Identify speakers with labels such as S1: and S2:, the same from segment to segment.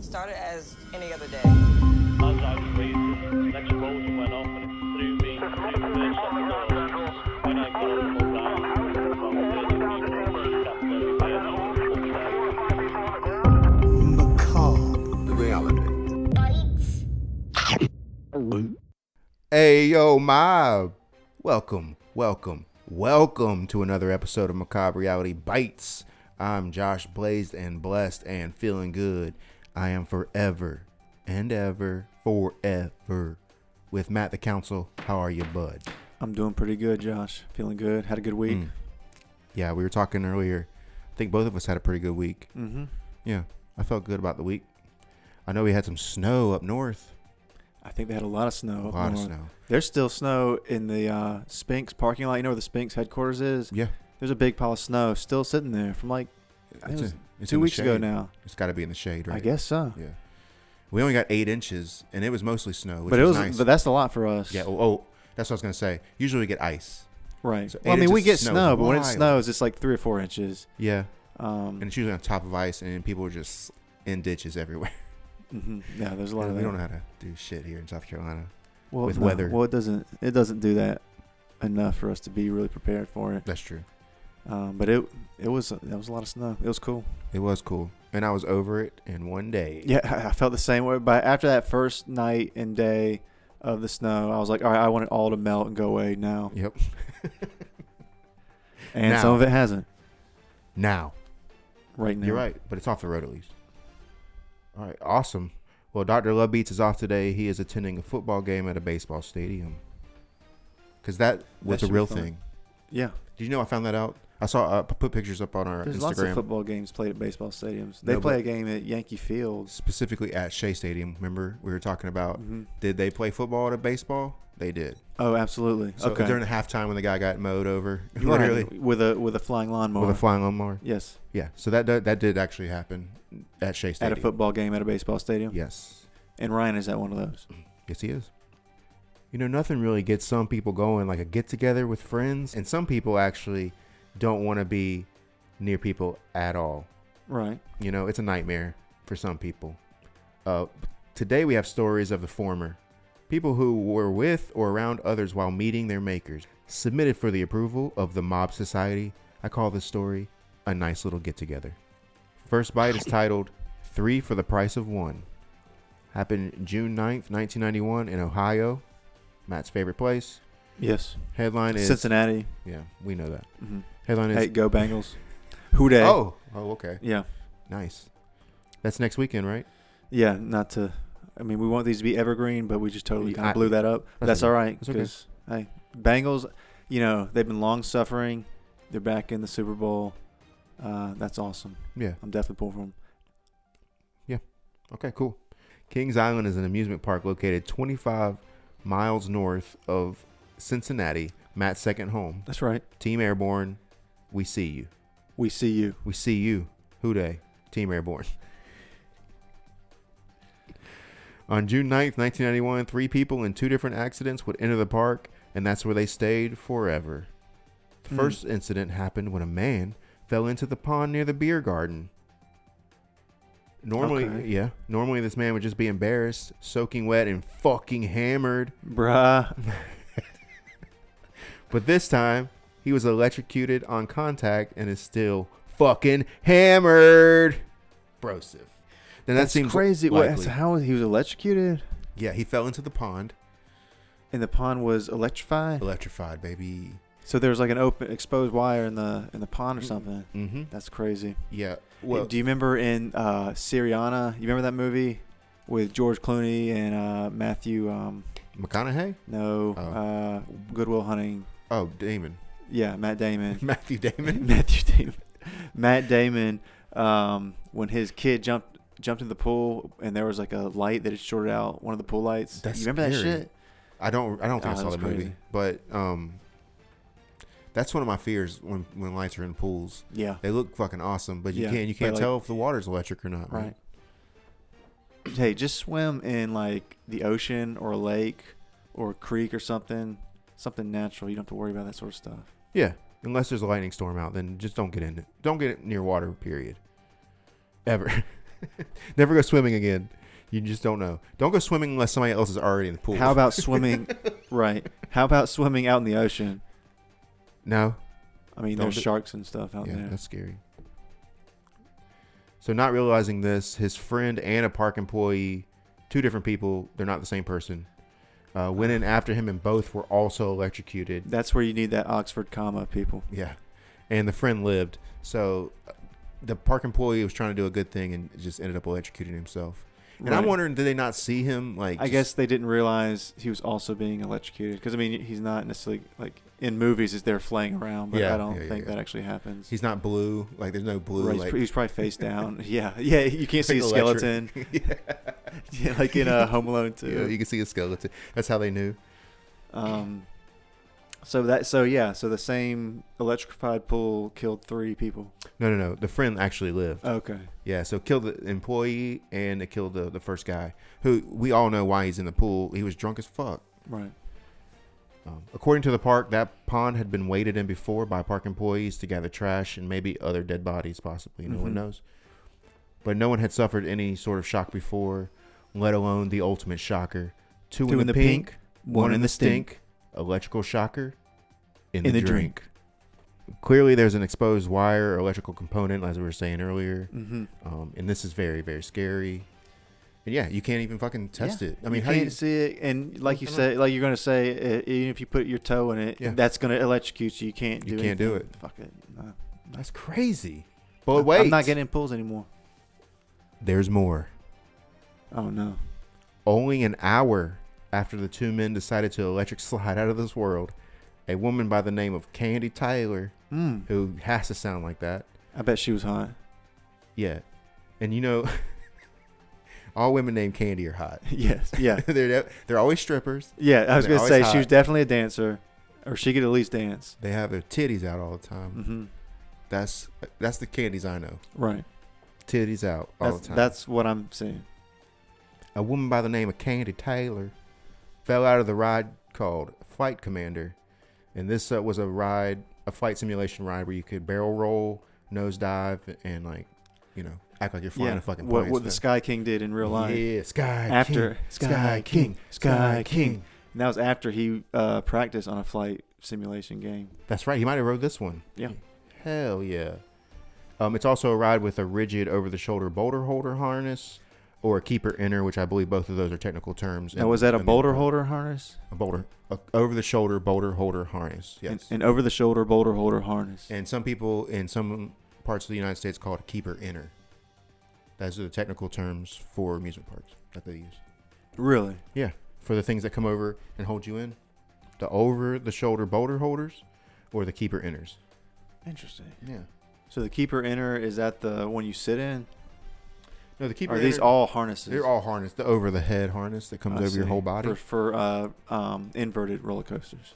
S1: started as any other day.
S2: As I was raising, an explosion went off and it threw me through the second door. When I got up and around, about 30 people were seated after me, and I was upstairs.
S3: Hey yo, mob! Welcome, welcome, welcome to another episode of Macabre Reality Bites. I'm Josh Blazed and blessed and feeling good. I am forever and ever, forever with Matt the Council. How are you, bud?
S4: I'm doing pretty good, Josh. Feeling good. Had a good
S3: Mm.
S4: week.
S3: Yeah, we were talking earlier. I think both of us had a pretty good week.
S4: Mm-hmm.
S3: Yeah, I felt good about the week. I know we had some snow up north.
S4: I think they had a lot of snow.
S3: A
S4: up
S3: lot of
S4: north.
S3: snow.
S4: There's still snow in the uh, Spinks parking lot. You know where the Spinks headquarters is?
S3: Yeah,
S4: There's a big pile of snow still sitting there from like I think
S3: it's
S4: it was
S3: in- it's
S4: two
S3: in the
S4: weeks ago
S3: shade.
S4: now.
S3: It's got to be in the shade, right?
S4: I guess so.
S3: Yeah. We only got eight inches, and it was mostly snow, which
S4: but it was,
S3: nice.
S4: but that's a lot for us.
S3: yeah. Oh, oh, that's what I was gonna say. Usually we get ice.
S4: right.
S3: so
S4: well, I
S3: eight
S4: mean, we get
S3: inches
S4: snow,
S3: of snow is
S4: but when it
S3: wild.
S4: snows, it's like three or four inches.
S3: Yeah. And
S4: Um,
S3: it's usually on top of ice, and people are just in ditches everywhere.
S4: mhm. yeah, there's a lot
S3: And
S4: of
S3: we
S4: that.
S3: don't know how to do shit here in South Carolina.
S4: well,
S3: with
S4: no.
S3: weather.
S4: Well, it doesn't. It doesn't do that enough for us to be really prepared for it.
S3: That's true.
S4: Um, but it it was that was a lot of snow. It was cool.
S3: It was cool, and I was over it in one day.
S4: Yeah, I- I felt the same way. But after that first night and day of the snow, I was like, all right, I want it all to melt and go away now.
S3: Yep.
S4: And
S3: Now.
S4: some of it hasn't
S3: Now
S4: right now.
S3: you're right, but it's off the road at least. All right. Awesome. Well, Dr. Lovebeats is off today. He is attending a football game at a baseball stadium. Cause that was
S4: should
S3: a
S4: be
S3: real
S4: fun.
S3: thing.
S4: Yeah.
S3: Did you know I found that out? I saw uh, p- put pictures up on our
S4: There's lots of
S3: Instagram,
S4: football games played at baseball stadiums. They
S3: No,
S4: play
S3: but-
S4: a game at Yankee Field.
S3: specifically at Shea Stadium. Remember we were talking about?
S4: Mhm.
S3: Did they play football at a baseball? They did.
S4: Oh, absolutely.
S3: So
S4: okay.
S3: during the halftime when the guy got mowed over,
S4: Right,
S3: literally
S4: With a with a flying lawnmower.
S3: with a flying lawnmower.
S4: yes.
S3: Yeah. So that do- that did actually happen at Shea Stadium.
S4: At a football game at a baseball stadium.
S3: Yes.
S4: And Ryan is at one of those.
S3: Yes, he is. You know, nothing really gets some people going like a get together with friends, and some people actually don't want to be near people at all.
S4: Right.
S3: You know, it's a nightmare for some people. Uh, today we have stories of the former people who were with or around others while meeting their makers, submitted for the approval of the Mob Society. I call this story a nice little get together. First bite is titled Three for the Price of One. Happened June 9th, 1991, in Ohio, Matt's favorite place.
S4: Yes.
S3: Headline is
S4: Cincinnati.
S3: Yeah, we know that.
S4: Mm-hmm.
S3: Headline is
S4: Hey, go Bengals. Who day?
S3: Oh, oh, okay.
S4: Yeah.
S3: Nice. That's next weekend, right?
S4: Yeah, not to. I mean, we want these to be evergreen, but we just totally
S3: Yeah,
S4: kind
S3: I-
S4: of blew that up.
S3: that's
S4: That's, all
S3: okay.
S4: right.
S3: That's okay.
S4: 'cause, hey, Bengals, you know, they've been long suffering. They're back in the Super Bowl. Uh, that's awesome.
S3: Yeah.
S4: I'm definitely pulling for them.
S3: Okay, cool. Kings Island is an amusement park located 25 miles north of Cincinnati, Matt's second home.
S4: That's right.
S3: Team Airborne, we see you.
S4: We see you.
S3: We see you. Who day? Team Airborne. On June 9th, 1991, three people in two different accidents would enter the park, and that's where they stayed forever. The
S4: Hmm.
S3: first incident happened when a man fell into the pond near the beer garden. Normally,
S4: Okay.
S3: yeah, normally this man would just be embarrassed, soaking wet and fucking hammered,
S4: Bruh.
S3: but this time he was electrocuted on contact and is still fucking hammered. Brosif. Then that
S4: That's
S3: seems
S4: crazy. What,
S3: likely.
S4: so how he was electrocuted?
S3: Yeah, he fell into the pond,
S4: And the pond was electrified.
S3: electrified, baby.
S4: So there was like an open, exposed wire in the in the pond or something.
S3: Mm-hmm.
S4: That's crazy.
S3: Yeah. Well,
S4: do you remember in uh, Syriana? You remember that movie with George Clooney and uh, Matthew? Um,
S3: McConaughey?
S4: no,
S3: Oh.
S4: uh, Goodwill Hunting.
S3: Oh, Damon.
S4: Yeah, Matt Damon.
S3: Matthew Damon.
S4: Matthew Damon. Matt Damon. Um, when his kid jumped jumped in the pool and there was like a light that had shorted out one of the pool lights.
S3: That's
S4: you remember
S3: scary.
S4: that shit?
S3: I don't. I don't think
S4: Oh,
S3: I saw
S4: that's
S3: the movie,
S4: crazy.
S3: but um, that's one of my fears when when lights are in pools.
S4: Yeah.
S3: They look fucking awesome, but you
S4: Yeah,
S3: can't you
S4: but
S3: can't
S4: like-
S3: tell if the water's electric or not.
S4: Right. Hey, just swim in like the ocean or a lake or a creek or something. Something natural. You don't have to worry about that sort of stuff.
S3: Yeah, unless there's a lightning storm out, then just don't get in it. Don't get it near water. Period. Ever. Never go swimming again. You just don't know. Don't go swimming unless somebody else is already in the pool.
S4: How about swimming? right. How about swimming out in the ocean?
S3: no?
S4: I mean,
S3: Don't
S4: there's
S3: do-
S4: sharks and stuff out
S3: Yeah,
S4: there.
S3: that's scary. So, not realizing this, his friend and a park employee, two different people, they're not the same person, uh, went in after him and both were also electrocuted.
S4: That's where you need that Oxford comma, people.
S3: Yeah. And the friend lived. So uh, the park employee was trying to do a good thing and just ended up electrocuting himself. And I'm
S4: Right.
S3: wondering, did they not see him? Like,
S4: I
S3: just-
S4: guess they didn't realize he was also being electrocuted because I mean he's not necessarily like in movies is there flaying around, but
S3: Yeah,
S4: I don't
S3: yeah, yeah,
S4: think
S3: yeah.
S4: that actually happens.
S3: he's not blue. Like, there's no blue.
S4: Right, he's,
S3: like,
S4: pr- he's probably face down. yeah, yeah, you can't see a
S3: Electric.
S4: skeleton.
S3: yeah.
S4: yeah, like in uh, Home Alone too.
S3: Yeah, you can see a skeleton. That's how they knew.
S4: Um, so that so yeah, so the same electrified pool killed three people.
S3: No, no, no. The friend actually lived.
S4: Okay,
S3: Yeah, so killed the employee and it killed the, the first guy, who we all know why he's in the pool. He was drunk as fuck.
S4: right.
S3: Um, according to the park, that pond had been waded in before by park employees to gather trash and maybe other dead bodies, possibly. No one
S4: Mhm.
S3: knows. But no one had suffered any sort of shock before, let alone the ultimate shocker. Two, in, the pink, one, in the stink, electrical shocker in, the, drink. Clearly, there's an exposed wire or electrical component, as we were saying earlier.
S4: Mm-hmm.
S3: Um, and this is very, very scary. And yeah, you can't even fucking test it. I mean,
S4: you
S3: how
S4: can't
S3: do you,
S4: see it, and like you
S3: Mhm.
S4: say, like you're gonna say, uh, even if you put your toe in it,
S3: Yeah.
S4: that's gonna electrocute you. You can't. Do
S3: You can't do
S4: anything. Fuck it. No.
S3: that's crazy. But wait,
S4: I'm not getting in pools anymore.
S3: There's more.
S4: Oh no.
S3: Only an hour after the two men decided to electric slide out of this world, a woman by the name of Candy Tyler,
S4: Mm.
S3: who has to sound like that,
S4: I bet she was hot.
S3: yeah. And you know, all women named Candy are hot.
S4: yes. Yeah.
S3: they're de- they're always strippers.
S4: Yeah. I was
S3: They're
S4: gonna say
S3: always
S4: she
S3: hot.
S4: was definitely a dancer, or she could at least dance.
S3: They have their titties out all the time.
S4: Mm-hmm.
S3: That's that's the candies I know.
S4: Right.
S3: Titties out all
S4: That's,
S3: the time.
S4: that's what I'm saying.
S3: a woman by the name of Candy Taylor fell out of the ride called Flight Commander. And this uh, was a ride, a flight simulation ride where you could barrel roll, nosedive, and like, you know, act like you're flying
S4: yeah.
S3: a fucking plane.
S4: what
S3: and
S4: what the
S3: stuff.
S4: Sky King did in real life.
S3: Yeah, Sky
S4: After
S3: King,
S4: Sky, King, Sky King.
S3: King.
S4: And that was after he uh, practiced on a flight simulation game.
S3: That's right. He might have rode this one.
S4: Yeah.
S3: Hell yeah. Um, it's also a ride with a rigid over-the-shoulder boulder holder harness or a keeper inner, which I believe both of those are technical terms.
S4: Now, was that a
S3: in the
S4: boulder
S3: park.
S4: holder harness?
S3: A boulder, a over-the-shoulder boulder holder harness. Yes.
S4: An, an over the shoulder boulder holder harness.
S3: and some people in some parts of the United States call it a keeper inner. Those are the technical terms for amusement parks that they use.
S4: Really?
S3: Yeah, for the things that come over and hold you in, the over-the-shoulder boulder holders, or the keeper inners.
S4: Interesting.
S3: Yeah.
S4: So the keeper inner is that the one you sit in?
S3: No, the keeper.
S4: Are these
S3: inner-
S4: all harnesses?
S3: They're all harnessed. The over-the-head harness that comes
S4: I
S3: over your
S4: see.
S3: whole body.
S4: for, for uh, um, inverted roller coasters.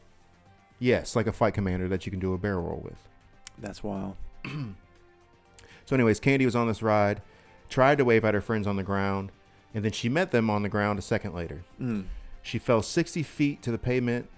S3: Yes, like a flight commander that you can do a barrel roll with.
S4: That's wild.
S3: So, anyways, Candy was on this ride, tried to wave at her friends on the ground, and then she met them on the ground a second later.
S4: Mm.
S3: She fell 60 feet to the pavement,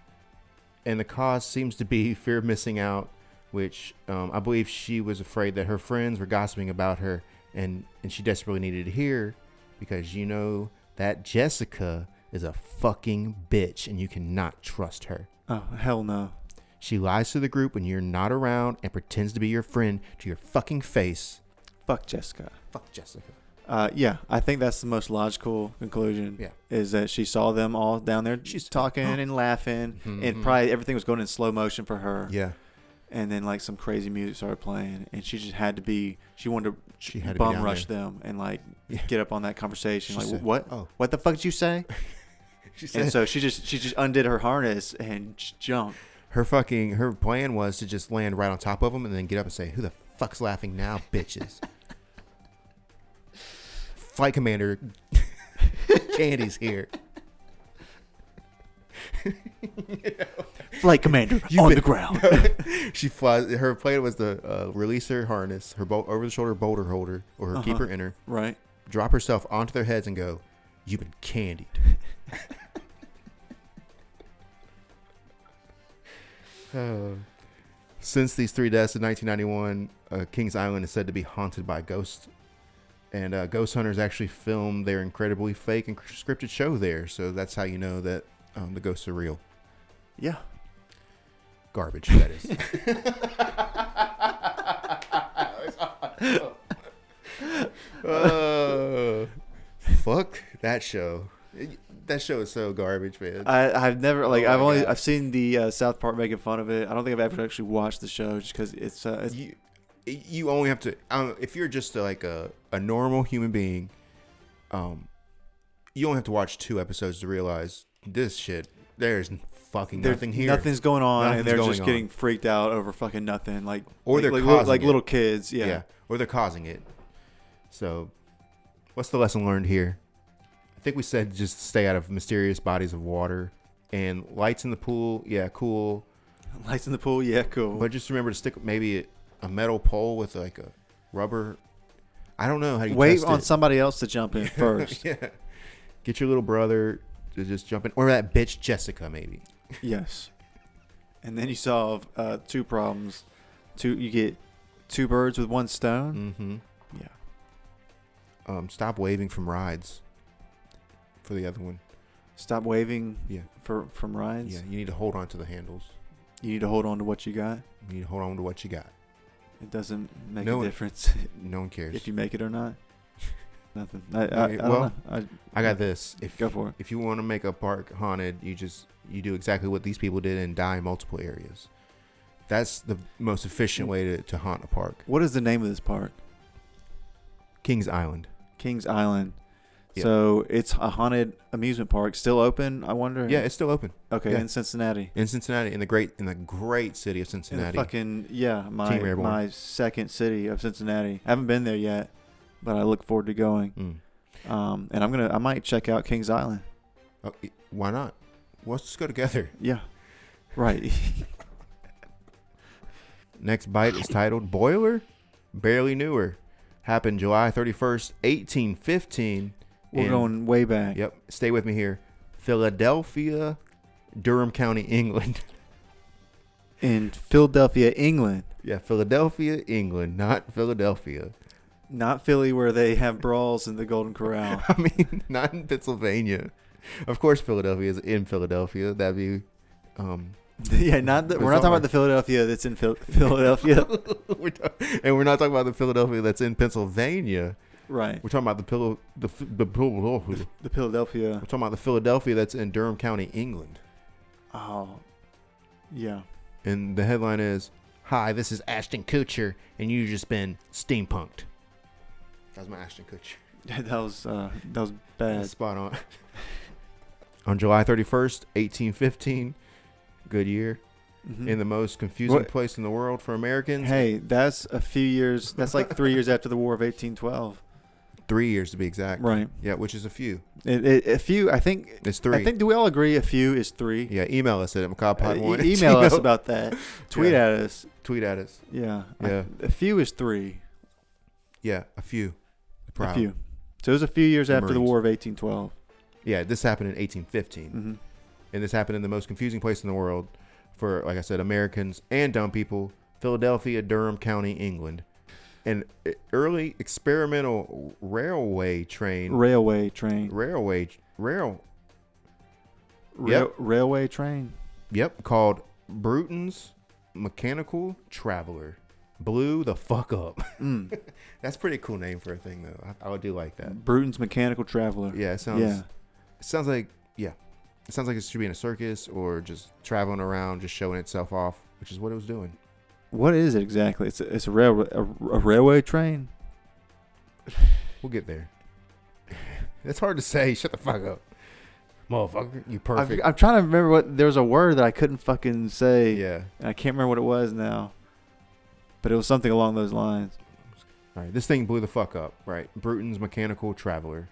S3: and the cause seems to be fear of missing out, which um, I believe she was afraid that her friends were gossiping about her, and, and she desperately needed to hear because you know that Jessica is a fucking bitch and you cannot trust her.
S4: Oh hell no!
S3: She lies to the group when you're not around and pretends to be your friend to your fucking face.
S4: Fuck Jessica.
S3: Fuck Jessica.
S4: Uh, yeah, I think that's the most logical conclusion.
S3: Yeah.
S4: is that she saw them all down there. She's talking and laughing,
S3: Mm-hmm.
S4: and probably everything was going in slow motion for her.
S3: Yeah.
S4: and then like some crazy music started playing, and she just had to be. She wanted to
S3: She had to be
S4: bum
S3: down
S4: rush
S3: there.
S4: them and like
S3: Yeah.
S4: get up on that conversation.
S3: She
S4: like
S3: said,
S4: what?
S3: "Oh."
S4: What the fuck did you say?
S3: She
S4: and so she just she just undid her harness and j- jumped.
S3: her fucking her plan was to just land right on top of them and then get up and say, "Who the fuck's laughing now, bitches?" Flight commander, Candy's here.
S4: Flight commander on the ground.
S3: She flies. Her plan was to uh, release her harness, her bo- over-the-shoulder boulder holder, or her keeper inner,
S4: right.
S3: drop herself onto their heads and go, "You've been candied." Uh, since these three deaths in 1991, uh, Kings Island is said to be haunted by ghosts. And uh, Ghost Hunters actually filmed their incredibly fake and scripted show there, so that's how you know that um, the ghosts are real.
S4: Yeah.
S3: Garbage, that is. Uh, fuck that show. That show is so garbage, man.
S4: I, I've never like
S3: Oh
S4: I've
S3: my
S4: only
S3: God.
S4: I've seen the uh, South Park making fun of it. I don't think I've ever actually watched the show just because it's, uh, it's
S3: you you only have to um, if you're just like a, a normal human being um you only have to watch two episodes to realize this shit there's fucking
S4: there-
S3: nothing here
S4: Nothing's going on,
S3: Nothing's
S4: and they're
S3: going
S4: just
S3: on.
S4: getting freaked out over fucking nothing. Like
S3: Or
S4: like,
S3: they're
S4: like, little,
S3: causing
S4: like
S3: it.
S4: little kids. Yeah.
S3: yeah. or they're causing it so what's the lesson learned here i think we said just stay out of mysterious bodies of water and lights in the pool yeah cool
S4: Lights in the pool. Yeah, cool.
S3: but just remember to stick maybe a metal pole with like a rubber i don't know how you
S4: Wait
S3: test
S4: on
S3: it.
S4: somebody else to jump in first.
S3: yeah. Get your little brother to just jump in, or that bitch Jessica, maybe.
S4: yes. And then you solve uh, two problems. Two you get two birds with one stone.
S3: Mm-hmm.
S4: Yeah.
S3: Um, stop waving from rides. For the other one,
S4: Stop waving.
S3: Yeah.
S4: For from rides.
S3: yeah, you need to hold on to the handles.
S4: You need to hold on to what you got.
S3: You need to hold on to what you got.
S4: It doesn't make
S3: No,
S4: a
S3: it-
S4: difference
S3: No one cares.
S4: if you make it or not. Nothing. I, I,
S3: Okay,
S4: I
S3: well,
S4: well, I,
S3: I got this. If
S4: Go for it.
S3: If you want to make a park haunted, you just you do exactly what these people did and die in multiple areas. That's the most efficient way to, to haunt a park.
S4: What is the name of this park?
S3: Kings Island.
S4: Kings Island.
S3: Yeah.
S4: So it's a haunted amusement park, still open. I wonder.
S3: Yeah, it's still open
S4: Okay,
S3: yeah.
S4: in Cincinnati.
S3: in Cincinnati, in the great in the great city of
S4: In the
S3: Cincinnati.
S4: fucking yeah, my
S3: Team Airborne.
S4: my second city of Cincinnati. I haven't been there yet, but I look forward to going.
S3: Mm.
S4: Um, and I'm gonna I might check out Kings Island.
S3: Oh, y- why not? Let's just go together.
S4: Yeah, right.
S3: Next bite is titled Boiler Barely Newer. Happened July 31st, 1815.
S4: We're
S3: in-
S4: going way back.
S3: Yep. Stay with me here. Philadelphia, Durham County, England.
S4: In Philadelphia, England,
S3: yeah, Philadelphia, England, not Philadelphia.
S4: not Philly, where they have brawls in the Golden Corral.
S3: I mean, not in Pennsylvania. Of course, Philadelphia is in Philadelphia. That'd be. Um,
S4: yeah, not the, we're not talking
S3: Bizarre.
S4: about the Philadelphia that's in Phil- Philadelphia.
S3: we're talk- and we're not talking about the Philadelphia that's in Pennsylvania.
S4: right,
S3: We're talking about the pillow, the f- the pillow.
S4: the Philadelphia.
S3: We're talking about the Philadelphia that's in Durham County, England.
S4: Oh, yeah.
S3: And the headline is Hi, this is Ashton Kutcher, and you've just been steampunked. That was my Ashton Kutcher.
S4: that was uh, that was bad.
S3: Spot on. on July 31st, 1815, good year,
S4: Mhm.
S3: in the most confusing
S4: What-
S3: place in the world for Americans.
S4: Hey, that's a few years. That's like three years after the War of 1812.
S3: Three years to be exact.
S4: Right.
S3: Yeah, which is a few.
S4: It, it, a few. I think.
S3: It's three.
S4: I think. Do we all agree? A few is three.
S3: yeah, email us at
S4: Uh,
S3: macabpod
S4: e-
S3: one
S4: email us about that. Tweet
S3: Yeah.
S4: at us.
S3: Tweet at us.
S4: Yeah. I-
S3: Yeah.
S4: a few is three.
S3: Yeah, a few.
S4: A
S3: Proud.
S4: few. So it was a few years
S3: The
S4: after the
S3: Marines.
S4: War of 1812.
S3: Yeah, this happened in 1815.
S4: hmm
S3: and this happened in the most confusing place in the world for like i said americans and dumb people philadelphia durham county england an early experimental railway train
S4: Railway train.
S3: railway rail
S4: Rail,
S3: Yep.
S4: Railway train.
S3: yep called bruton's mechanical traveler blew the fuck up
S4: Mm.
S3: that's a pretty cool name for a thing though i, I do like that
S4: Bruton's Mechanical Traveler.
S3: yeah it sounds
S4: Yeah.
S3: it sounds like yeah it sounds like it should be in a circus or just traveling around just showing itself off which is what it was doing
S4: What is it exactly? It's a, it's a railway a, a railway train.
S3: We'll get there. It's hard to say. Shut the fuck up, motherfucker. You
S4: I've,
S3: perfect.
S4: I'm trying to remember what there was a word that I couldn't fucking say.
S3: yeah.
S4: And I can't remember what it was now, but it was something along those lines.
S3: All right. This thing blew the fuck up. Right. Bruton's mechanical traveler.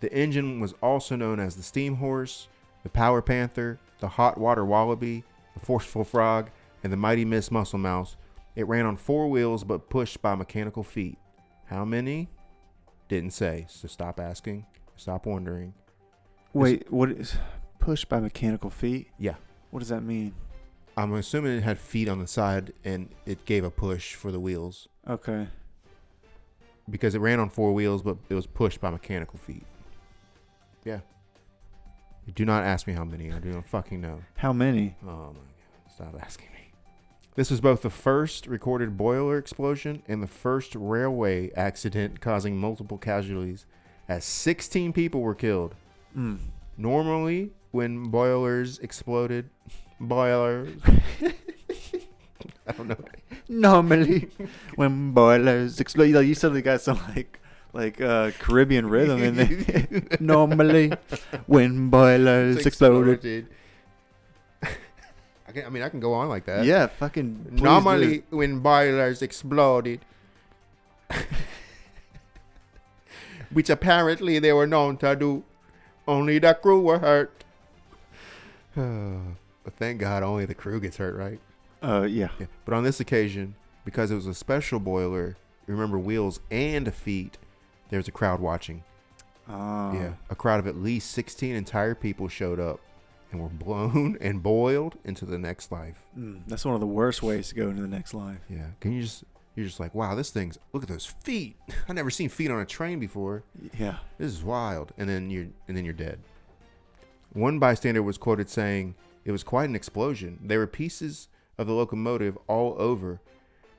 S3: The engine was also known as the steam horse, the power panther, the hot water wallaby, the forceful frog, and the mighty Miss Muscle Mouse. It ran on four wheels but pushed by mechanical feet. How many? Didn't say. So stop asking. Stop wondering.
S4: Wait, what is pushed by mechanical feet?
S3: Yeah.
S4: What does that mean?
S3: I'm assuming it had feet on the side and it gave a push for the wheels.
S4: Okay.
S3: because it ran on four wheels, but it was pushed by mechanical feet. Yeah. Do not ask me how many. I do not fucking know.
S4: How many?
S3: Oh my god! Stop asking me. This was both the first recorded boiler explosion and the first railway accident causing multiple casualties, as 16 people were killed.
S4: Hmm.
S3: Normally, when boilers exploded, boilers. I don't know.
S4: Normally, when boilers explode, like you suddenly got some like like uh, Caribbean rhythm in there. Normally, when boilers exploded.
S3: I, can, I mean, I can go on like that.
S4: Yeah, fucking. please do.
S3: Normally, when boilers exploded, which apparently they were known to do, only the crew were hurt. but thank God only the crew gets hurt, right?
S4: Uh, yeah.
S3: Yeah. But on this occasion, because it was a special boiler, remember wheels and feet, there was a crowd watching.
S4: Oh.
S3: Yeah. A crowd of at least 16 entire people showed up and were blown and boiled into the next life.
S4: Mm, that's one of the worst ways to go into the next life.
S3: Yeah. Can you just you're just like, wow, this thing's look at those feet. I never seen feet on a train before.
S4: Yeah.
S3: This is wild. And then you're and then you're dead. One bystander was quoted saying, "It was quite an explosion. There were pieces of the locomotive all over,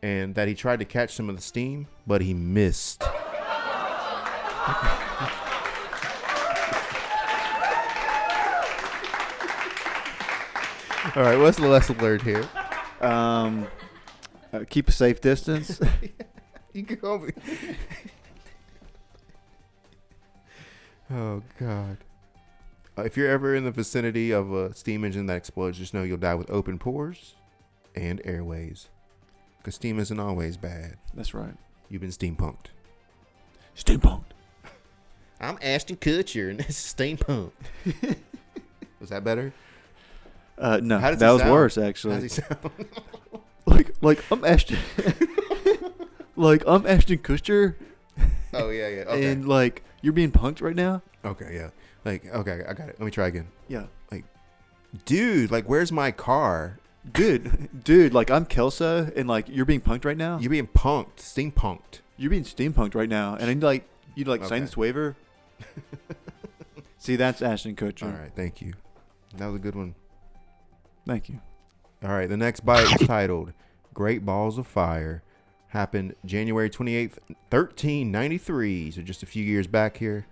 S3: and that he tried to catch some of the steam, but he missed." All right, what's the lesson learned here?
S4: Um, uh, keep a safe distance.
S3: You can call me. oh God! Uh, if you're ever in the vicinity of a steam engine that explodes, just know you'll die with open pores and airways. Cause steam isn't always bad.
S4: that's right.
S3: You've been steampunked.
S4: Steampunk.
S3: I'm Ashton Kutcher, and this is steampunk. Was that better?
S4: Uh, no,
S3: How does
S4: that
S3: it
S4: was
S3: sound?
S4: worse
S3: How's
S4: actually.
S3: he sound?
S4: Like, like I'm Ashton. like I'm Ashton Kutcher,
S3: oh yeah, yeah. Okay.
S4: and like you're being punked right now.
S3: okay, yeah. Like, okay, I got it. Let me try again.
S4: Yeah,
S3: Dude, like, where's my car?
S4: dude, dude. Like I'm Kelso, and like you're being punked right now.
S3: You're being punked, steampunked.
S4: You're being steampunked right now, and then like you like
S3: Okay.
S4: sign this waiver. See, that's Ashton Kutcher.
S3: All right, thank you. That was a good one.
S4: Thank you.
S3: All right, the next bite is titled Great Balls of Fire. Happened January 28th, 1393. So just a few years back here.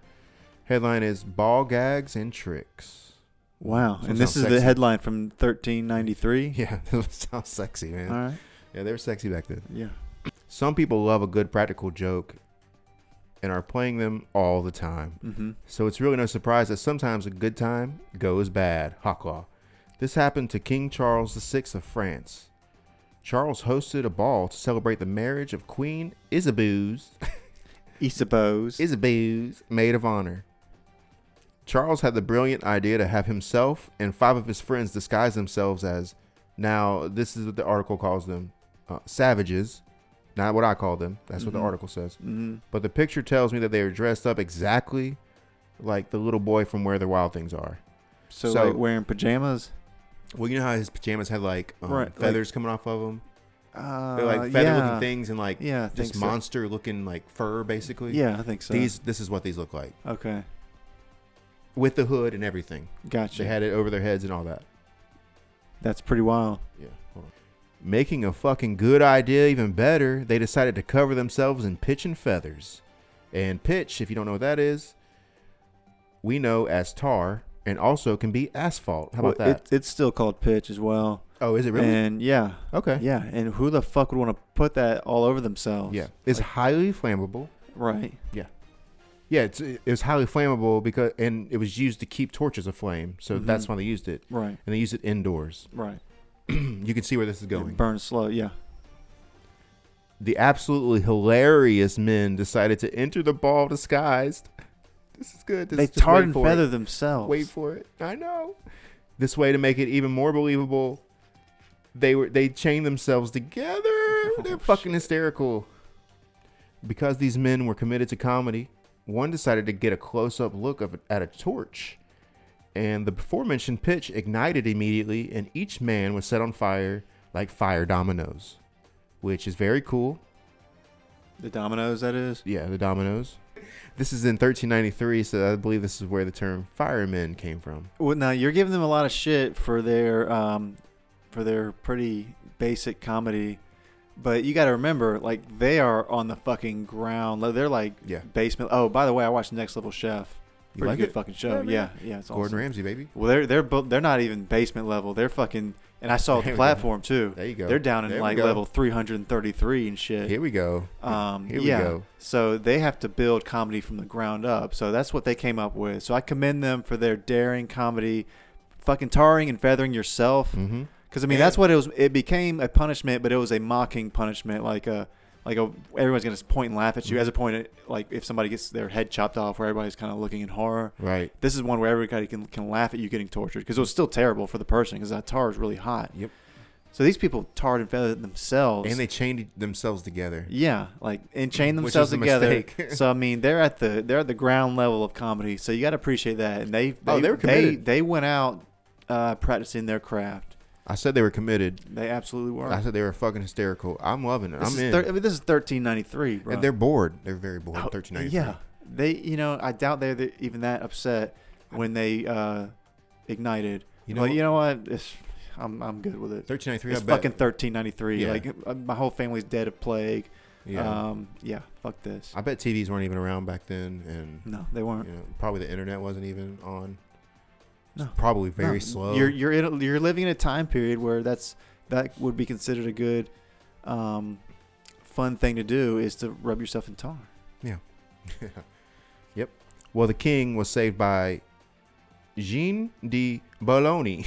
S3: Headline is Ball Gags and Tricks.
S4: Wow,
S3: This one
S4: and this is
S3: sounds
S4: the
S3: sexy.
S4: headline from 1393.
S3: Yeah, that sounds sexy, man.
S4: All right.
S3: Yeah, they were sexy back then.
S4: Yeah.
S3: Some people love a good practical joke and are playing them all the time.
S4: Mm-hmm.
S3: So it's really no surprise that sometimes a good time goes bad. Hawklaw. This happened to King Charles VI of France. Charles hosted a ball to celebrate the marriage of Queen Isabeau's
S4: Isabeau's.
S3: Isabeau's maid of honor. Charles had the brilliant idea to have himself and five of his friends disguise themselves as now this is what the article calls them uh, savages, not what I call them. That's what the article says.
S4: mm-hmm.
S3: But the picture tells me that they were dressed up exactly like the little boy from Where the Wild Things Are.
S4: So,
S3: So-
S4: like wearing pajamas.
S3: Well, you know how his pajamas had like um,
S4: Right, like-
S3: feathers coming off of them,
S4: Uh,
S3: They're like feather-looking
S4: yeah.
S3: things and like
S4: Yeah, I think
S3: this
S4: so.
S3: monster-looking like fur, basically.
S4: Yeah, I think so.
S3: These, this is what these look like
S4: Okay,
S3: with the hood and everything.
S4: gotcha.
S3: They had it over their heads and all that.
S4: That's pretty wild.
S3: Yeah. Hold on. Making a fucking good idea even better, they decided to cover themselves in pitch and feathers. And pitch, if you don't know what that is, we know as tar and also can be asphalt. How about
S4: Well,
S3: that?
S4: It, it's still called pitch as well.
S3: oh, is it really?
S4: And yeah,
S3: okay.
S4: yeah. And who the fuck would want to put that all over themselves?
S3: Yeah. It's highly flammable.
S4: Right.
S3: Yeah. Yeah, it's, it was highly flammable because, and it was used to keep torches aflame. So that's why they used it.
S4: Mm-hmm. Right.
S3: And they used it indoors.
S4: Right.
S3: You can see where this is going.
S4: It burns slow. Yeah.
S3: the absolutely hilarious men decided to enter the ball disguised. This is good. This
S4: They
S3: just
S4: tarred
S3: wait
S4: and
S3: for it.
S4: feather themselves.
S3: Wait for it. I know. This way to make it even more believable. They were they chained themselves together.
S4: Oh,
S3: They're fucking hysterical. Because these men were committed to comedy, one decided to get a close-up look of at a torch, and the aforementioned pitch ignited immediately, and each man was set on fire like fire dominoes, which is very cool.
S4: The dominoes, that is.
S3: Yeah, the dominoes. This is in 1393, so I believe this is where the term firemen came from.
S4: Well, now you're giving them a lot of shit for their um, for their pretty basic comedy, but you got to remember, like they are on the fucking ground. Like, They're like
S3: Yeah.
S4: basement. Oh, by the way, I watched Next Level Chef.
S3: You
S4: Pretty
S3: like
S4: good
S3: it?
S4: fucking show.
S3: Yeah, man.
S4: Yeah, yeah. it's
S3: Gordon
S4: awesome.
S3: Ramsay, baby.
S4: Well, they're they're both, they're not even basement level. They're fucking. And I saw
S3: There
S4: the
S3: we go.
S4: platform too.
S3: There you go.
S4: They're down in
S3: There we
S4: like
S3: go.
S4: level 333 and shit.
S3: Here we go.
S4: Um,
S3: Here we
S4: yeah.
S3: go.
S4: So they have to build comedy from the ground up. So that's what they came up with. So I commend them for their daring comedy, fucking tarring and feathering yourself. Because
S3: Mhm.
S4: I mean, that's what it was. It became a punishment, but it was a mocking punishment, like a like a everyone's gonna point and laugh at
S3: Mm-hmm.
S4: you as a point at, like if somebody gets their head chopped off, where everybody's kind of looking in horror.
S3: Right.
S4: This is one where everybody can can laugh at you getting tortured because it was still terrible for the person because that tar is really hot.
S3: Yep.
S4: So these people tarred and feathered themselves.
S3: And they chained themselves together.
S4: Yeah, like and chain
S3: Which is
S4: themselves
S3: a
S4: together.
S3: mistake.
S4: so I mean, they're at the they're at the ground level of comedy. So you got to appreciate that. And they, they
S3: Oh, they were committed.
S4: They, went out uh, practicing their craft.
S3: I said they were committed.
S4: They absolutely were.
S3: I said they were fucking hysterical. I'm loving it.
S4: this
S3: I'm
S4: is
S3: in.
S4: thir- I mean, this is thirteen ninety three, bro.
S3: and they're bored. They're very bored.
S4: Oh,
S3: 1393.
S4: Yeah, they. You know, I doubt they're the, even that upset when they uh, ignited. You
S3: You know
S4: know, but
S3: what?
S4: you know what? It's, I'm I'm good with it.
S3: 1393.
S4: It's
S3: I bet.
S4: fucking thirteen ninety three.
S3: Yeah.
S4: Like uh, my whole family's dead of plague.
S3: yeah.
S4: Um, yeah. Fuck this.
S3: I bet TVs weren't even around back then, and
S4: no, they weren't.
S3: you know, probably the internet wasn't even on.
S4: Mm-hmm. No.
S3: Probably very
S4: No,
S3: slow.
S4: You're you're in a, you're living in a time period where that's that would be considered a good, um, fun thing to do is to rub yourself in tar.
S3: yep. Well, the king was saved by Jean de Bologna.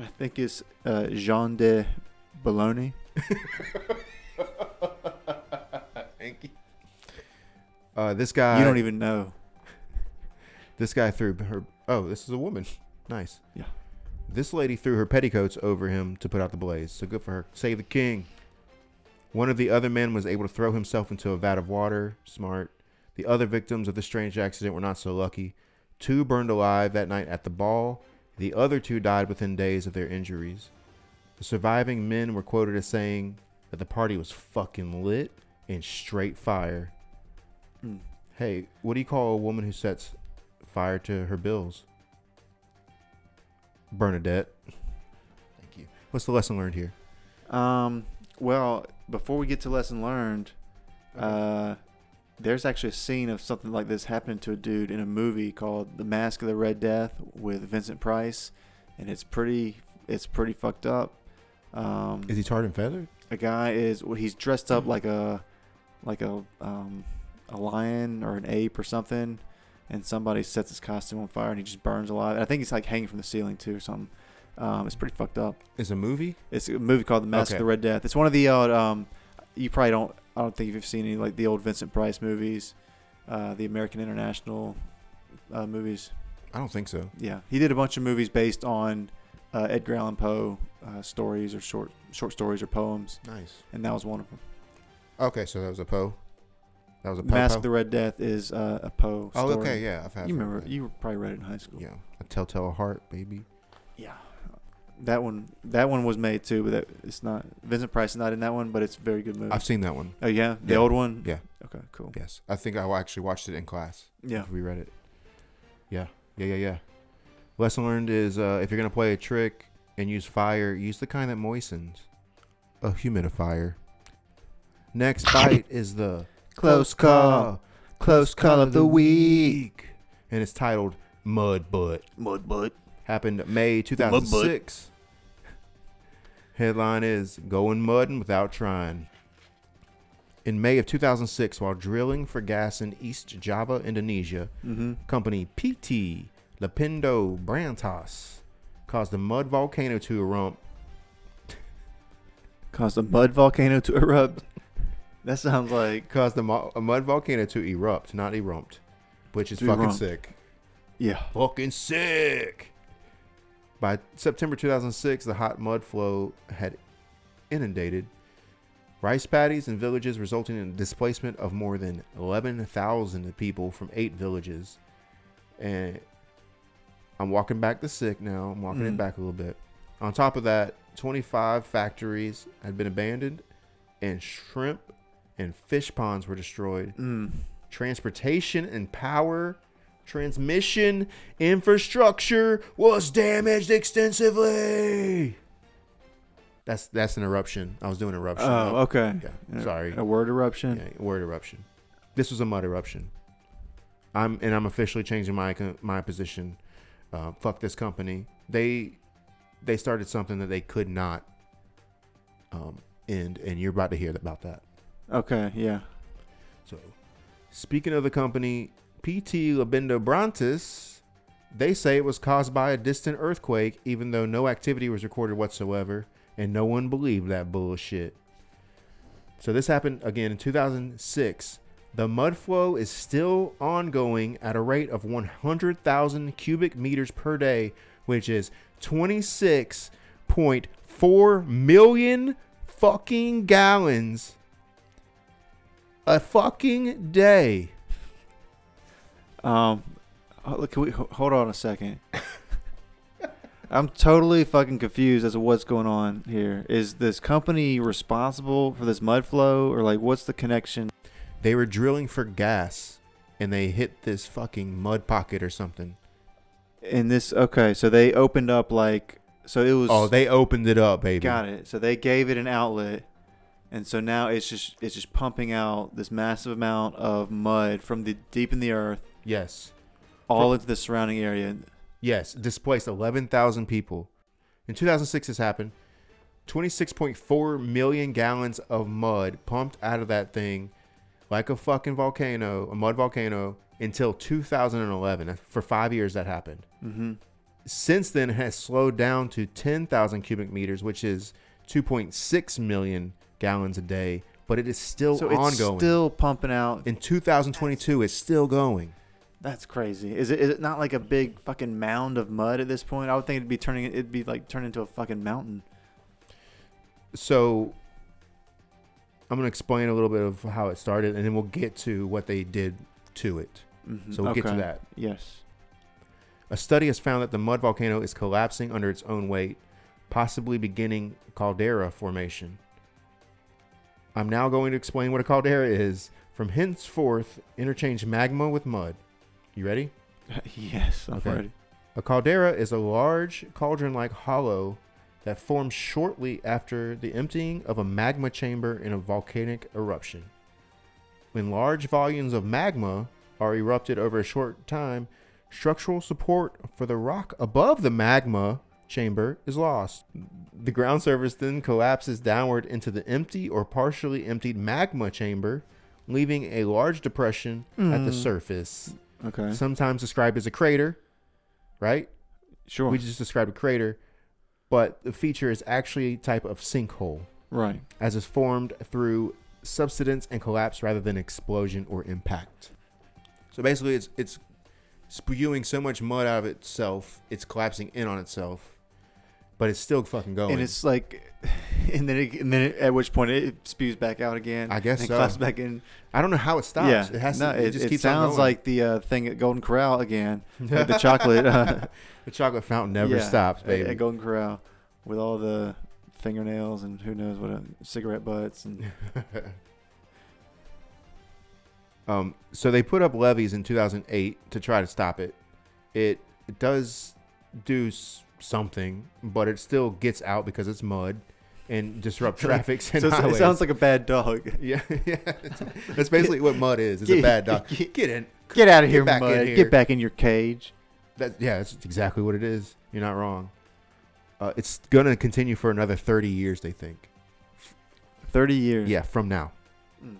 S4: I think it's uh, Jean de Bologna.
S3: Thank you. Uh, this guy.
S4: you don't even know.
S3: This guy threw her. Oh, this is a woman. Nice.
S4: Yeah.
S3: This lady threw her petticoats over him to put out the blaze. So good for her. Save the king. One of the other men was able to throw himself into a vat of water. Smart. The other victims of the strange accident were not so lucky. Two burned alive that night at the ball. The other two died within days of their injuries. The surviving men were quoted as saying that the party was fucking lit and straight fire.
S4: Mm.
S3: Hey, what do you call a woman who sets fire to her bills? Bernadette. Thank you. What's the lesson learned here?
S4: Um, well, before we get to lesson learned,
S3: Uh-huh.
S4: uh, there's actually a scene of something like this happening to a dude in a movie called The Mask of the Red Death with Vincent Price, and it's pretty it's pretty fucked up. Um,
S3: Is he tarred and feathered?
S4: a guy is well, he's dressed up like a like a um, a lion or an ape or something, and somebody sets his costume on fire and he just burns alive. And I think he's like hanging from the ceiling too or something. Um, it's pretty fucked up.
S3: Is a movie?
S4: It's a movie called The Mask
S3: Okay.
S4: of the Red Death. It's one of the old um, you probably don't I don't think you've seen any like the old Vincent Price movies, uh, the American International uh, movies.
S3: I don't think so.
S4: Yeah, he did a bunch of movies based on uh, Edgar Allan Poe uh, stories or short short stories or poems,
S3: Nice.
S4: and that was one of them.
S3: Okay, so that was a Poe. That was a Poe.
S4: Mask
S3: Poe?
S4: of the Red Death is uh, a Poe
S3: Oh,
S4: story.
S3: okay, yeah. I've had
S4: You
S3: that.
S4: remember? You probably read it in high school.
S3: Yeah. A telltale heart, baby.
S4: Yeah. That one, that one was made too, but that, it's not. Vincent Price is not in that one, but it's a very good movie.
S3: I've seen that one.
S4: oh yeah, the
S3: Yeah.
S4: old one.
S3: Yeah.
S4: Okay. Cool.
S3: Yes. I think I actually watched it in class.
S4: Yeah.
S3: We read it. Yeah. Yeah, yeah, yeah. Lesson learned is uh, if you're going to play a trick and use fire, use the kind that moistens. A humidifier. Next bite is the
S4: Close call.
S3: Close
S4: call of the
S3: week. And it's titled Mud Butt.
S4: Mud butt.
S3: Happened May 2006. Headline is Going Mudding Without Trying. In May of 2006, while drilling for gas in East Java, Indonesia,
S4: Mm-hmm.
S3: company PT Lepindo Brantas caused a mud volcano to erupt.
S4: Caused a mud volcano to erupt. That sounds like
S3: Caused a, mo- a mud volcano to erupt, not erupt, which is
S4: To
S3: fucking
S4: erupt.
S3: sick.
S4: yeah.
S3: fucking sick. By September 2006, the hot mud flow had inundated rice paddies and villages, resulting in displacement of more than 11,000 people from eight villages. And I'm walking back the sick now. I'm walking it
S4: Mhm.
S3: back a little bit. On top of that, 25 factories had been abandoned and shrimp and fish ponds were destroyed.
S4: Mm.
S3: Transportation and power, transmission, infrastructure was damaged extensively. That's that's an eruption. I was doing eruption.
S4: Oh, okay.
S3: Yeah,
S4: A-
S3: sorry.
S4: A word eruption.
S3: Yeah, word eruption. This was a mud eruption. I'm and I'm officially changing my co- my position. Uh, fuck this company. They they started something that they could not um, end, and you're about to hear about that.
S4: Okay, yeah.
S3: So, speaking of the company, PT Labendo Brontis, they say it was caused by a distant earthquake, even though no activity was recorded whatsoever, and no one believed that bullshit. So, this happened again in 2006. The mud flow is still ongoing at a rate of 100,000 cubic meters per day, which is 26.4 million fucking gallons a fucking day.
S4: Um, oh, look, can we ho- hold on a second? I'm totally fucking confused as to what's going on here. Is this company responsible for this mud flow, or like, what's the connection?
S3: They were drilling for gas and they hit this fucking mud pocket or something.
S4: In this, okay, so they opened up like, so it was.
S3: Oh, they opened it up, baby.
S4: got it. So they gave it an outlet, and so now it's just it's just pumping out this massive amount of mud from the deep in the earth
S3: Yes.
S4: all into the surrounding area.
S3: Yes. Displaced 11,000 people. In 2006, this happened. 26.4 million gallons of mud pumped out of that thing like a fucking volcano, a mud volcano, until 2011. For five years, that happened.
S4: Mm-hmm.
S3: since then has slowed down to 10,000 cubic meters, which is 2.6 million gallons a day, but it is still
S4: So it's
S3: ongoing.
S4: still pumping out
S3: in 2022, it's still going.
S4: That's crazy. Is it is it not like a big fucking mound of mud at this point? I would think it'd be turning it'd be like turned into a fucking mountain.
S3: So I'm going to explain a little bit of how it started, and then we'll get to what they did to it.
S4: Mm-hmm.
S3: So we'll get to that.
S4: Yes.
S3: A study has found that the mud volcano is collapsing under its own weight, possibly beginning caldera formation. I'm now going to explain what a caldera is. From henceforth, interchange magma with mud. You ready?
S4: yes. I'm
S3: Okay.
S4: ready.
S3: A caldera is a large cauldron like hollow that forms shortly after the emptying of a magma chamber in a volcanic eruption. When large volumes of magma are erupted over a short time, structural support for the rock above the magma chamber is lost. The ground surface then collapses downward into the empty or partially emptied magma chamber, leaving a large depression at the surface
S4: Okay.
S3: sometimes described as a crater, right?
S4: sure.
S3: We just described a crater, but the feature is actually a type of sinkhole,
S4: right.
S3: as it's formed through subsidence and collapse rather than explosion or impact. So basically, it's it's spewing so much mud out of itself, it's collapsing in on itself, but it's still fucking going.
S4: And it's like, and then it, and then it, at which point it spews back out again.
S3: I guess
S4: and
S3: so.
S4: Claps back in.
S3: I don't know how it stops.
S4: Yeah.
S3: It has
S4: no,
S3: to. It,
S4: It,
S3: just
S4: it
S3: keeps on
S4: sounds
S3: going.
S4: like the uh, thing at Golden Corral again. at the chocolate. Uh,
S3: the chocolate fountain never
S4: yeah, e-,
S3: stops,
S4: at-
S3: baby.
S4: At Golden Corral, with all the fingernails and who knows what uh, cigarette butts and
S3: um, so they put up levies in 2008 to try to stop it. It, it does do s- something, but it still gets out because it's mud and disrupt traffic and
S4: so it's-
S3: highways.
S4: it sounds like a bad dog.
S3: yeah, yeah. That's basically what mud is. It's a
S4: Get-
S3: bad dog. Get in.
S4: Get out of here,
S3: back in
S4: mud.
S3: here.
S4: Get back in your cage.
S3: That, yeah, that's exactly what it is. You're not wrong. Uh, it's gonna continue for another 30 years, they think.
S4: Thirty years.
S3: Yeah, from now.
S4: Mm.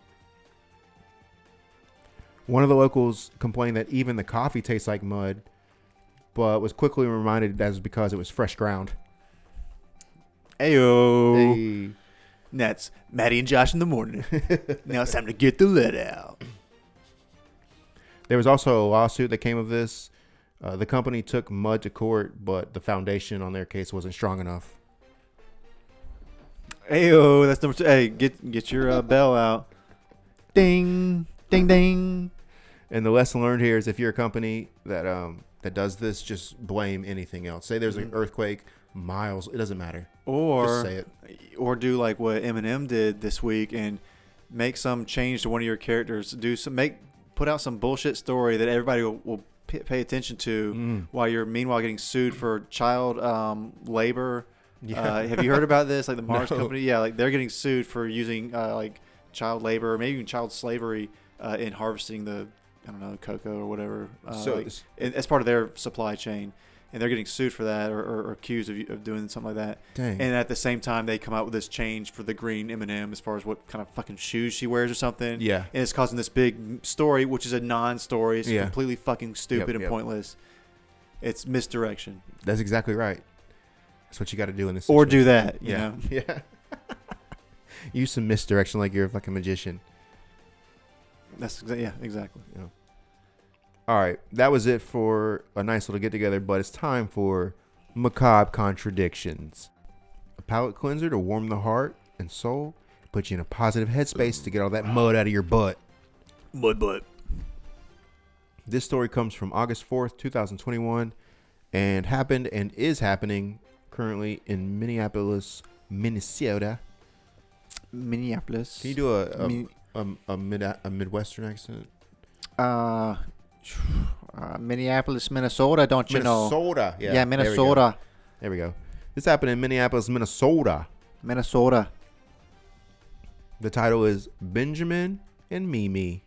S3: One of the locals complained that even the coffee tastes like mud, but was quickly reminded that was because it was fresh ground.
S4: Ayo.
S3: Hey.
S4: That's Maddie and Josh in the morning. now it's time to get the lead out.
S3: There was also a lawsuit that came of this. Uh, the company took mud to court, but the foundation on their case wasn't strong enough.
S4: Ayo. That's number two. Hey, get get your uh, bell out. Ding, ding, ding.
S3: And the lesson learned here is if you're a company that um, that does this, just blame anything else. Say there's an earthquake, miles. It doesn't matter.
S4: Mm-hmm. Or
S3: Just say it.
S4: or do like what Eminem did this week and make some change to one of your characters. Do some make put out some bullshit story that everybody will, will p- pay attention to
S3: Mm.
S4: while you're meanwhile getting sued for child um, labor.
S3: Yeah.
S4: Uh, have you heard about this? Like the Mars
S3: No.
S4: company, yeah, like they're getting sued for using uh, like child labor, or maybe even child slavery uh, in harvesting the I don't know cocoa or whatever. Uh,
S3: So
S4: like,
S3: s-
S4: and- as part of their supply chain. And they're getting sued for that, or, or, or accused of, of doing something like that.
S3: Dang.
S4: And at the same time, they come out with this change for the green M&M as far as what kind of fucking shoes she wears or something.
S3: Yeah.
S4: And it's causing this big story, which is a non-story. It's
S3: Yeah.
S4: completely fucking stupid and
S3: yep.
S4: pointless. It's misdirection.
S3: That's exactly right. That's what you got to do in this.
S4: Or
S3: situation.
S4: do that, you
S3: yeah,
S4: know?
S3: yeah. Use some misdirection like you're a fucking magician.
S4: That's exa- yeah, exactly.
S3: All right, that was it for a nice little get together, but it's time for macabre contradictions. A palate cleanser to warm the heart and soul, put you in a positive headspace to get all that mud out of your butt.
S4: Mud butt.
S3: This story comes from August 4th, 2021, and happened and is happening currently in Minneapolis, Minnesota.
S4: Minneapolis.
S3: Can you do a a,
S4: Min-
S3: a, a mid a Midwestern accent?
S4: uh, uh, Minneapolis, Minnesota, don't you know?
S3: Minnesota. Yeah,
S4: Yeah,
S3: there we go.
S4: Minnesota.
S3: There we go. This happened in Minneapolis, Minnesota.
S4: Minnesota.
S3: The title is Benjamin and Mimi.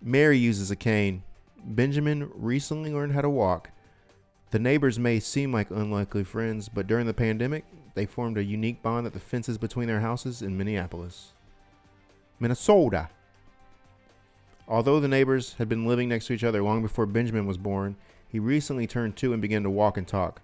S3: Mary uses a cane. Benjamin recently learned how to walk. The neighbors may seem like unlikely friends, but during the pandemic, they formed a unique bond that the fences between their houses in Minneapolis. Minnesota. Although the neighbors had been living next to each other long before Benjamin was born, he recently turned two and began to walk and talk.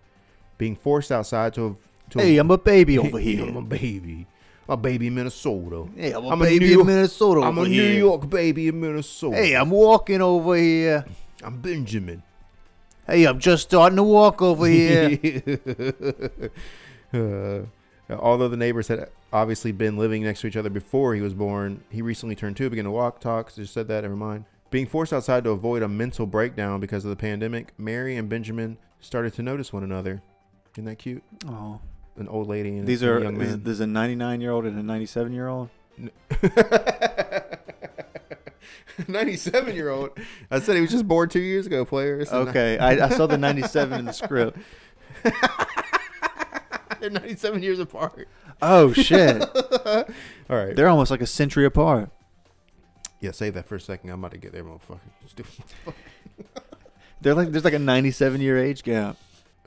S3: Being forced outside to, to
S4: Hey, I'm a baby over here.
S3: I'm a baby. My baby in Minnesota.
S4: Yeah, I'm a baby in Minnesota
S3: I'm a
S4: over
S3: New
S4: here.
S3: York baby in Minnesota.
S4: Hey, I'm walking over here.
S3: I'm Benjamin.
S4: Hey, I'm just starting to walk over here.
S3: Uh, although the neighbors had obviously been living next to each other before he was born, he recently turned two, began to walk, talk. Just said that. Never mind. Being forced outside to avoid a mental breakdown because of the pandemic, Mary and Benjamin started to notice one another. Isn't that cute?
S4: oh.
S3: An old lady and
S4: These
S3: a
S4: are
S3: young
S4: this,
S3: man.
S4: this is a 99 year old and a 97 year old.
S3: 97 year old. I said he was just born two years ago, player. It's a ni-
S4: Okay, I, I saw the 97 in the script.
S3: They're 97 years apart.
S4: Oh shit,
S3: All right.
S4: they're almost like a century apart.
S3: yeah, save that for a second. I'm about to get there, motherfucker. Just do-
S4: They're like there's like a 97 year age gap.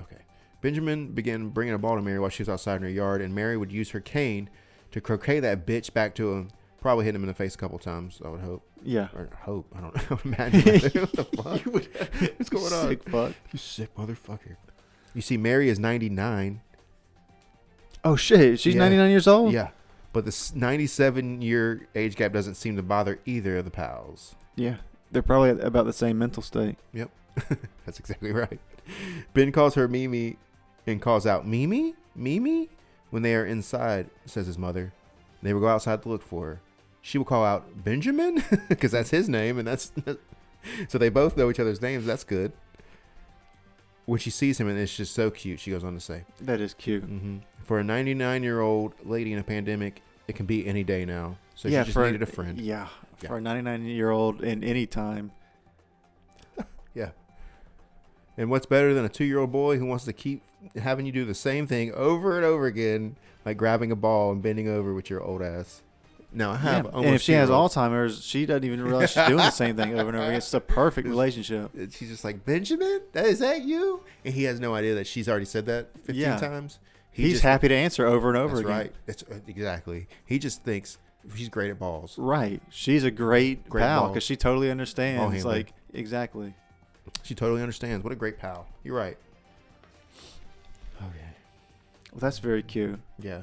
S3: okay. Benjamin began bringing a ball to Mary while she was outside in her yard, and Mary would use her cane to croquet that bitch back to him. Probably hit him in the face a couple times, I would hope.
S4: Yeah.
S3: Or hope. I don't know. I would imagine. what the fuck? What's going on?
S4: Sick fuck.
S3: You sick motherfucker. You see, Mary is 99.
S4: Oh shit, she's
S3: Yeah.
S4: 99 years old.
S3: Yeah. But the 97 year age gap doesn't seem to bother either of the pals.
S4: yeah. They're probably at about the same mental state.
S3: Yep. That's exactly right. Ben calls her Mimi and calls out, Mimi? Mimi? When they are inside, says his mother. They will go outside to look for her. She will call out, Benjamin? Because that's his name, and that's. so they both know each other's names. That's good. When she sees him, and it's just so cute, she goes on to say,
S4: That is cute.
S3: hmm For a 99 year old lady in a pandemic, it can be any day now. So she just needed a friend.
S4: Yeah,
S3: Yeah.
S4: for a 99 year old in any time.
S3: Yeah. And what's better than a two year old boy who wants to keep having you do the same thing over and over again, like grabbing a ball and bending over with your old ass? Now I have
S4: Yeah,
S3: almost.
S4: and if she has
S3: two-year-old-
S4: Alzheimer's, she doesn't even realize she's doing the same thing over and over again. It's a perfect relationship.
S3: she's just like Benjamin. That is that you? And he has no idea that she's already said that fifteen
S4: Yeah.
S3: times. He
S4: He's
S3: just-
S4: happy to answer over and over
S3: That's
S4: again.
S3: right. That's uh, exactly. He just thinks she's great at balls.
S4: Right. She's a great,
S3: Great
S4: pal
S3: ball- Oh,
S4: because she totally understands.
S3: handler.
S4: Like exactly.
S3: She totally understands. What a great pal. You're right. Okay.
S4: Well, that's very cute.
S3: Yeah.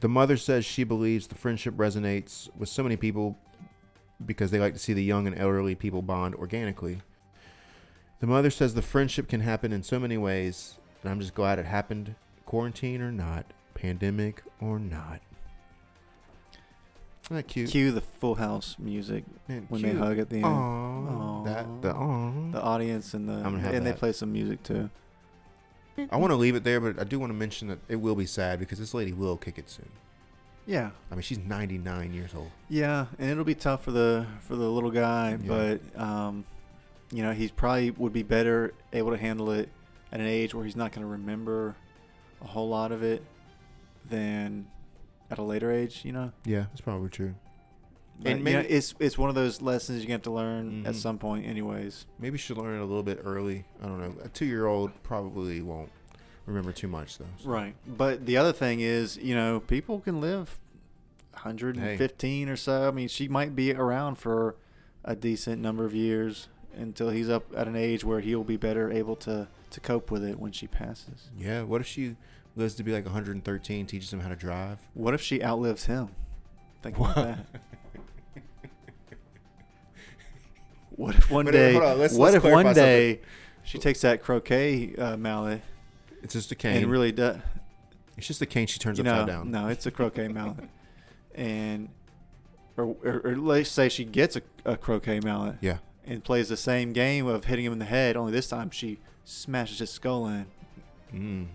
S3: The mother says she believes the friendship resonates with so many people because they like to see the young and elderly people bond organically. The mother says the friendship can happen in so many ways, and I'm just glad it happened, quarantine or not, pandemic or not. Isn't that cute?
S4: Cue the Full House music
S3: Man,
S4: when
S3: cute.
S4: they hug at the end.
S3: Aww.
S4: Aw.
S3: That the aw.
S4: The audience and the
S3: gonna have
S4: and they
S3: that.
S4: play some music too.
S3: I want to leave it there, but I do want to mention that it will be sad because this lady will kick it soon.
S4: Yeah,
S3: I mean, she's 99 years old.
S4: yeah, and it'll be tough for the for the little guy,
S3: Yeah.
S4: but um, you know, he's probably would be better able to handle it at an age where he's not going to remember a whole lot of it than at a later age. You know,
S3: Yeah, that's probably true.
S4: But,
S3: And
S4: you know,
S3: maybe-
S4: it's it's one of those lessons you have to learn at
S3: Mhm.
S4: some point, anyways.
S3: Maybe she'll learn it a little bit early. I don't know. A two year old probably won't remember too much, though. So-
S4: Right. But the other thing is, you know, people can live 115 or so. I mean, she might be around for a decent number of years until he's up at an age where he'll be better able to to cope with it when she passes.
S3: Yeah, what if she lives to be like 113, teaches him how to drive?
S4: What if she outlives him? Think about that. What if one
S3: But, uh,
S4: day?
S3: hold on, let's-
S4: what
S3: let's
S4: if one
S3: clarify
S4: day she takes that croquet uh, mallet
S3: It's just a cane.
S4: and really does?
S3: it's just a cane she turns
S4: you
S3: upside
S4: know,
S3: down.
S4: No, it's a croquet mallet. And or, or, or let's say she gets a, a croquet mallet
S3: Yeah.
S4: and plays the same game of hitting him in the head, only this time she smashes his skull in.
S3: Mm.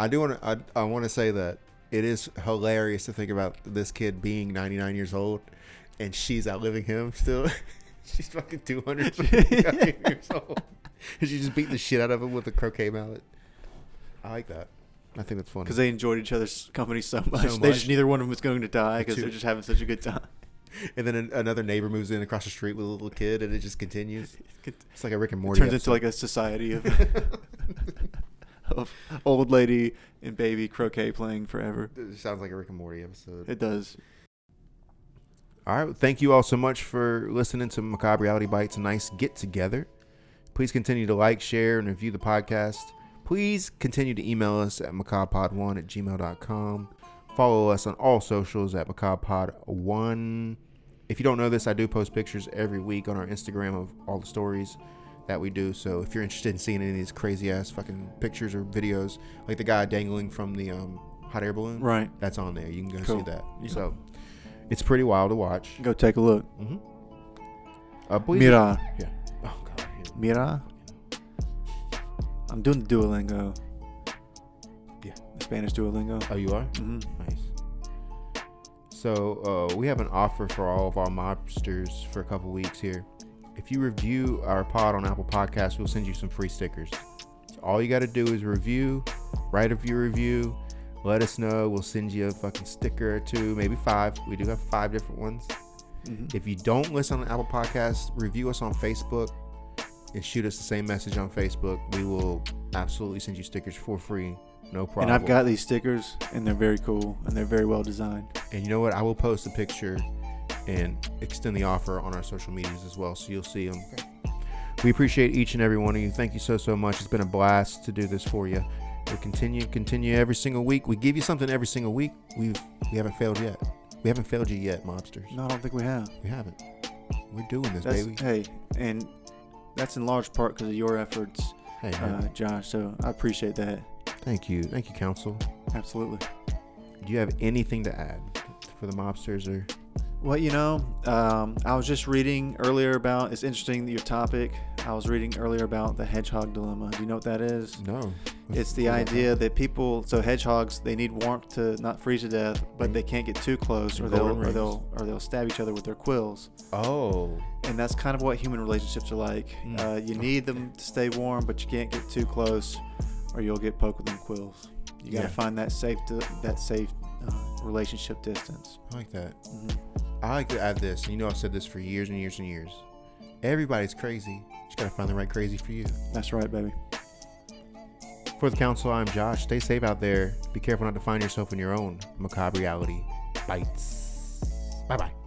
S3: I do want to. I, I want to say that it is hilarious to think about this kid being 99 years old, and she's outliving him still. she's fucking 259 years old. And she just beat the shit out of him with a croquet mallet. I like that. I think that's funny.
S4: Because they enjoyed each other's company so much, they
S3: much.
S4: just neither one of them was going to die because
S3: Two-
S4: they're just having such a good time.
S3: and then an, another neighbor moves in across the street with a little kid, and it just continues.
S4: It
S3: It's like a Rick and Morty.
S4: turns into like a society of, of old lady and baby croquet playing forever.
S3: like. sounds like a Rick and Morty episode.
S4: It does.
S3: All right. well, Thank you all so much for listening to Macabre Reality Bites Nice Get Together. Please continue to like, share, and review the podcast. Please continue to email us at macabrepod1 at gmail.com. Follow us on all socials at macabrepod1. If you don't know this, I do post pictures every week on our Instagram of all the stories that we do. So if you're interested in seeing any of these crazy ass fucking pictures or videos, like the guy dangling from the um, hot air balloon,
S4: Right.
S3: that's on there. You can go
S4: Cool.
S3: see that.
S4: Yeah.
S3: So it's pretty wild to watch.
S4: Go take a look.
S3: Mm-hmm. Uh, please-
S4: Mira.
S3: Yeah. Oh, God. yeah.
S4: Mira. I'm doing the Duolingo.
S3: Yeah.
S4: The Spanish Duolingo.
S3: Oh, you are?
S4: hmm
S3: Nice. So, uh, we have an offer for all of our mobsters for a couple weeks here. If you review our pod on Apple Podcasts, we'll send you some free stickers. So all you got to do is review, write a review, review, let us know. We'll send you a fucking sticker or two, maybe five. We do have five different ones.
S4: Mm-hmm.
S3: If you don't listen on Apple Podcasts, review us on Facebook and shoot us the same message on Facebook. We will absolutely send you stickers for free. No problem.
S4: And I've got these stickers, and they're very cool, and they're very well designed.
S3: And you know what? I will post a picture and extend the offer on our social medias as well, so you'll see them. We appreciate each and every one of you. Thank you so so much. It's been a blast to do this for you. We'll continue, continue every single week. We give you something every single week. We've we haven't failed yet. We haven't failed you yet, mobsters.
S4: No, I don't think we have.
S3: We haven't. We're doing this,
S4: That's,
S3: baby.
S4: hey, and that's in large part because of your efforts,
S3: Hey,
S4: uh,
S3: man.
S4: Josh. So I appreciate that.
S3: thank you, thank you, council.
S4: Absolutely.
S3: Do you have anything to add for the mobsters or?
S4: Well, you know, um, I was just reading earlier about. It's interesting your topic. I was reading earlier about the hedgehog dilemma. Do you know what that is?
S3: No.
S4: It's the idea that people, so hedgehogs, they need warmth to not freeze to death, but they can't get too close, or
S3: And
S4: they'll,
S3: golden
S4: or
S3: rings.
S4: they'll, or they'll stab each other with their quills.
S3: Oh.
S4: And that's kind of what human relationships are like.
S3: Mm.
S4: Uh, you need them to stay warm, but you can't get too close, or you'll get poked with them quills. You got to
S3: Yeah.
S4: find that safe, to, that safe uh, relationship distance.
S3: I like that.
S4: Mhm.
S3: Mm-hmm. I like to add this, and you know I've said this for years and years and years. Everybody's crazy. Just gotta find the right crazy for you.
S4: That's right, baby.
S3: For the council, I'm Josh. Stay safe out there. Be careful not to find yourself in your own macabre reality. Bites. Bye bye.